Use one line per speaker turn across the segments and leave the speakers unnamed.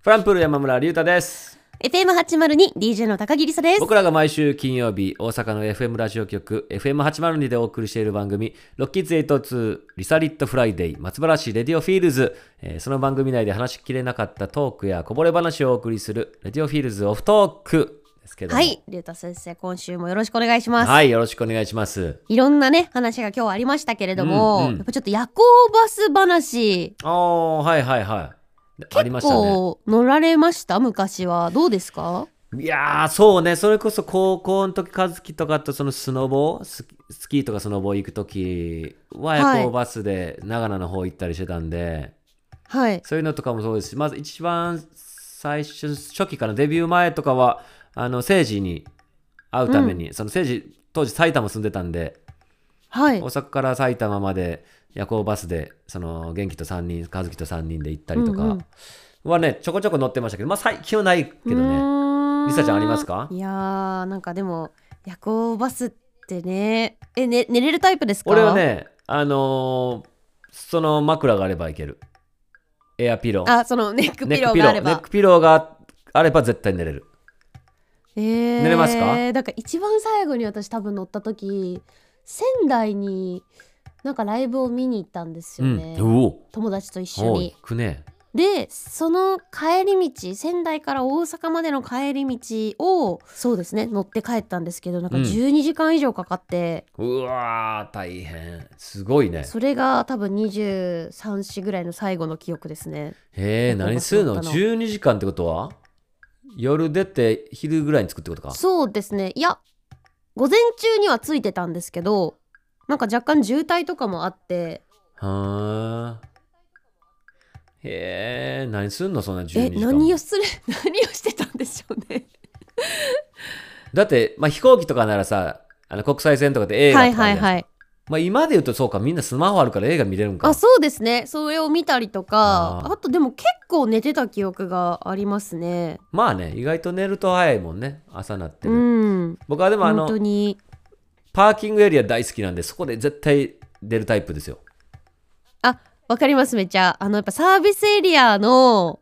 フランプール山村隆太です
FM802 DJ の高木りさです。
僕らが毎週金曜日大阪の FM ラジオ局 FM802 でお送りしている番組「ロッキーズ82リサリットフライデー松原市レディオフィールズ」えーその番組内で話しきれなかったトークやこぼれ話をお送りする「レディオフィールズオフトーク」ですけども
はい、りゅうた先生、今週もよろしくお願いします。
はいよろしくお願いします
いろんなね、話が今日ありましたけれど
う
も、
んうん
やっぱちょっと夜行バス話、
ああはいはいはいありましたね
こう、乗られました昔は。どうですか
いやーそうねそれこそ高校の時和樹とかとそのスノボスキスキーとかスノボ行く時は
はい
夜行バスで長野の方行ったりしてたんで、
はい。
そういうのとかもそうですしまず一番最初初期かなデビュー前とかはあの政治に会うために、その政治当時埼玉住んでたんで
はい
大。阪から埼玉まで夜行バスでその元気と3人和樹と3人で行ったりと
うん
か
うん
はね、ちょこちょこ乗ってましたけどまあ最近はないけどね。
ね
りさちゃんありますか
いやー、なんかでも、夜行バスってね、え、ね、寝れるタイプですか
俺は。ねあのーその枕があればいけるエアピロー
あ、そのネック
ネ
ピ
ッ
ロ
クピ
ーが
ロ
あ
ー
れ
ネッ
ば
ク。ピローがあれば絶対寝れる
えー、
寝れますか
だから一番最後に私多分乗った時仙台になんかライブを見に行ったんですよね、
うんおお
友達と一緒
おう
に
行くね
でその帰り道仙台から大阪までの帰り道をそうですね乗って帰ったんですけどなんか
うん
12時間以上かかって、
うわー大変すごいね
それが多分23市ぐらいの最後の記憶ですね
へえ
なんか
何する
な
の
んかの
12時間ってことは夜出て昼ぐらいに着くってことか
そうですねいや午前中には着いてたんですけどなんか若干渋滞とかもあって
はーへえ何すんのそんな12時
え
間
何をする 何をしてたんでしょうね
だって、まあ、飛行機とかならさあの国際線とかで映画
は
と
い
かあ
は
る
い
じゃない
はい
まあ今で言うとそうかみんなスマホあるから映画見れるんか
あそうですねそれを見たりとか
あ
あ
ー
とでも結構寝てた記憶がありますね
まあね意外と寝ると早いもんね朝なって
う
る、
ん
僕はでもあ
本当
の
に
パーキングエリア大好きなんでそこで絶対出るタイプですよ
あわかりますめっちゃあのやっぱサービスエリアの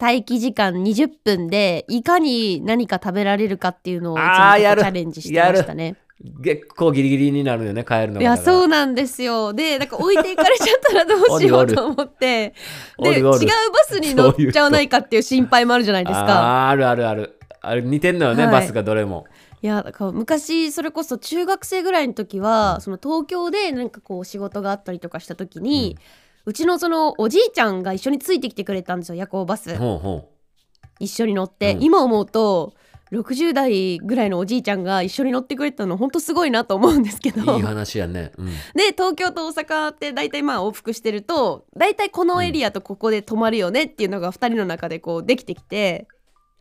待機時間20分でいかに何か食べられるかっていうのをいつも
あー
結構
やる
チャレンジしてましたね
結構ギリギリになるよね帰るのが
いやそううなんですよでなんか置いていかれちゃったらどうしよ
お るお
う
る
と思って
お
で違
る
う
お
バ
る
スに乗っちゃわないかっていう心配もあるじゃないですか。
あーあるあるあるあれ似てんのよね、
はい
バスがどれも
いやだから昔それこそ中学生ぐらいの時はその東京でなんかこう仕事があったりとかした時に、うちのそのおじいちゃんが一緒についてきてくれたんですよ夜行バス
ほうほ
一緒に乗って、
うん
今思うと60代ぐらいのおじいちゃんが一緒に乗ってくれたの本当すごいなと思うんですけど
ういい話やね、うん、
で東京と大阪って大体まあ往復してると大体このエリアとここで泊まるよねっていうのが2人の中でこうできてきて、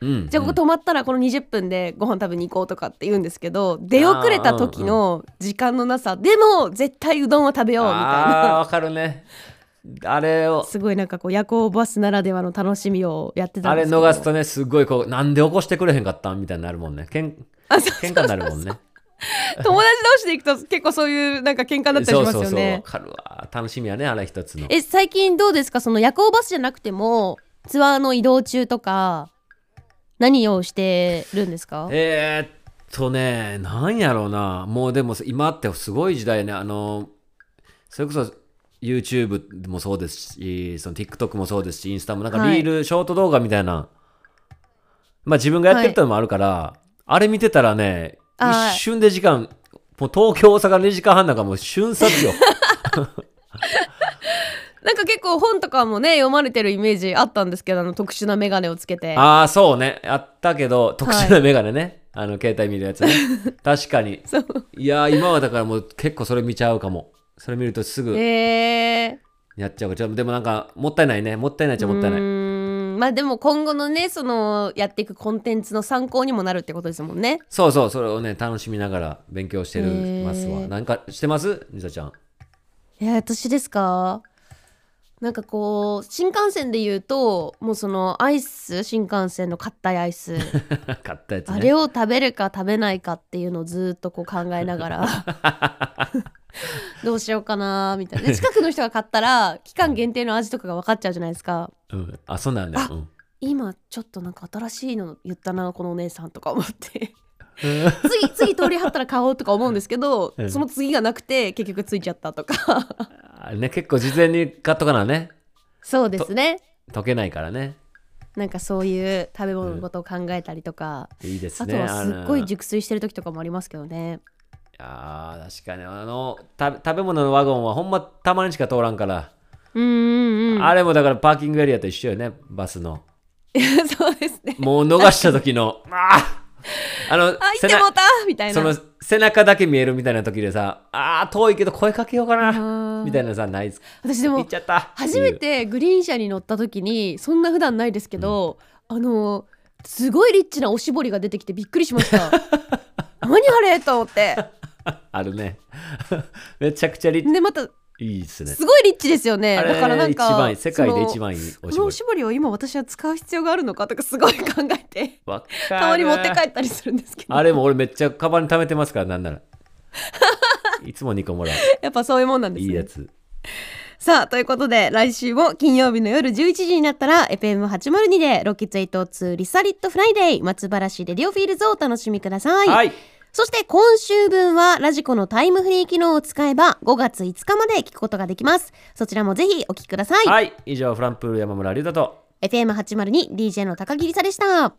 うん
じゃあここ泊まったらこの20分でご飯食べに行こうとかって言うんですけど出遅れた時の時間のなさ、でも絶対うどんを食べようみたい
ああ
な
わかるねあれを
すごいなんかこう夜行バスならではの楽しみをやってた
あ
んで
れ
すけど
逃すとねすごいこうなんで起こしてくれへんかったんみたいになるもんねけん
あそう
喧嘩になるもんね
友達同士で行くと結構そういうなんか喧嘩になったりしますよね。
そうそうそうわかるわ楽しみやねあれ一つの
え最近どうですかその夜行バスじゃなくてもツアーの移動中とか何をしてるんですか
えーっとね、なんやろうな、もうでも今ってすごい時代ね、あの、それこそ YouTube もそうですし、その TikTok もそうですし、インスタもなんか
はい
リール、ショート動画みたいな、まあ自分がやってるってのもあるから、あれ見てたらね、
あー
一瞬で時間、もう東京、大阪2時間半なんかもう瞬殺よ。
なんか結構本とかもね読まれてるイメージあったんですけどあの特殊な眼鏡をつけて
ああ、そうね、あったけど、特殊なメガネね、あの携帯見るやつ ね。確かに。
そう
いやー今はだからもう結構それ見ちゃうかも。それ見るとすぐ。
えー
やっちゃうかちょでもなんかもったいないねもったいないっちゃもったいうない
ーんまあでも今後のねそのやっていくコンテンツの参考にもなるってことですもんね
そうそうそれをね楽しみながら勉強してる
へー
ますわなんかしてますリサちゃん
いや私ですかなんかこう新幹線で言うともうそのアイス新幹線の硬いアイス
買ったやつね
あれを食べるか食べないかっていうのをずーっとこう考えながらどうしようかなみたいなで近くの人が買ったら期間限定の味とかが分かっちゃうじゃないですか
うん、あそうなんだよ、うん、
今ちょっとなんか新しいの言ったなこのお姉さんとか思って次次通りはったら買おうとか思うんですけど、
うん
その次がなくて結局ついちゃったとか
あね結構事前に買っとかなね
そうですね
溶けないからね
なんかそういう食べ物のことを考えたりとか、
いいです
あ
ね
とはすっご
あ
い
の
熟睡してる時とかもありますけどね
あー確かにあのた食べ物のワゴンはほんまたまにしか通らんから、
うんうんうん
あれもだからパーキングエリアと一緒よねバスの
そうですね
もう逃した時 のあーあの
あ行
背
って
中
もうたみたいな
その背中だけ見えるみたいな時でさあー遠いけど声かけようかな
あー
みたいなさないです
私で
行
も
っちゃった
初めてグリーン車に乗った時にそんな普段ないですけど、あのすごいリッチなおしぼりが出てきてびっくりしました 何あれと思って
あるね めちゃくちゃリッ
でまた
いいですね
すごいリッチですよね
あれ
だからなんか
一番いい世界で一
その
番いいお
こ
し
の
ぼ
お
り
しぼりを今私は使う必要があるのかとかすごい考えて
わかる
たまに持って帰ったりするんですけど
あれも俺めっちゃカバンに貯めてますからなん ならいつも2個もらう
やっぱそういうもんなんです
いい
ね
やつ
さあということで来週も金曜日の夜11時になったら FM802 でロキツエイト2リサリットフライデー松原市レディオフィールズをお楽しみください、
はい
そして今週分はラジコのタイムフリー機能を使えば5月5日まで聞くことができますそちらもぜひお聞きください、
はい以上フランプール山村龍太と
FM802DJ の高木梨沙でした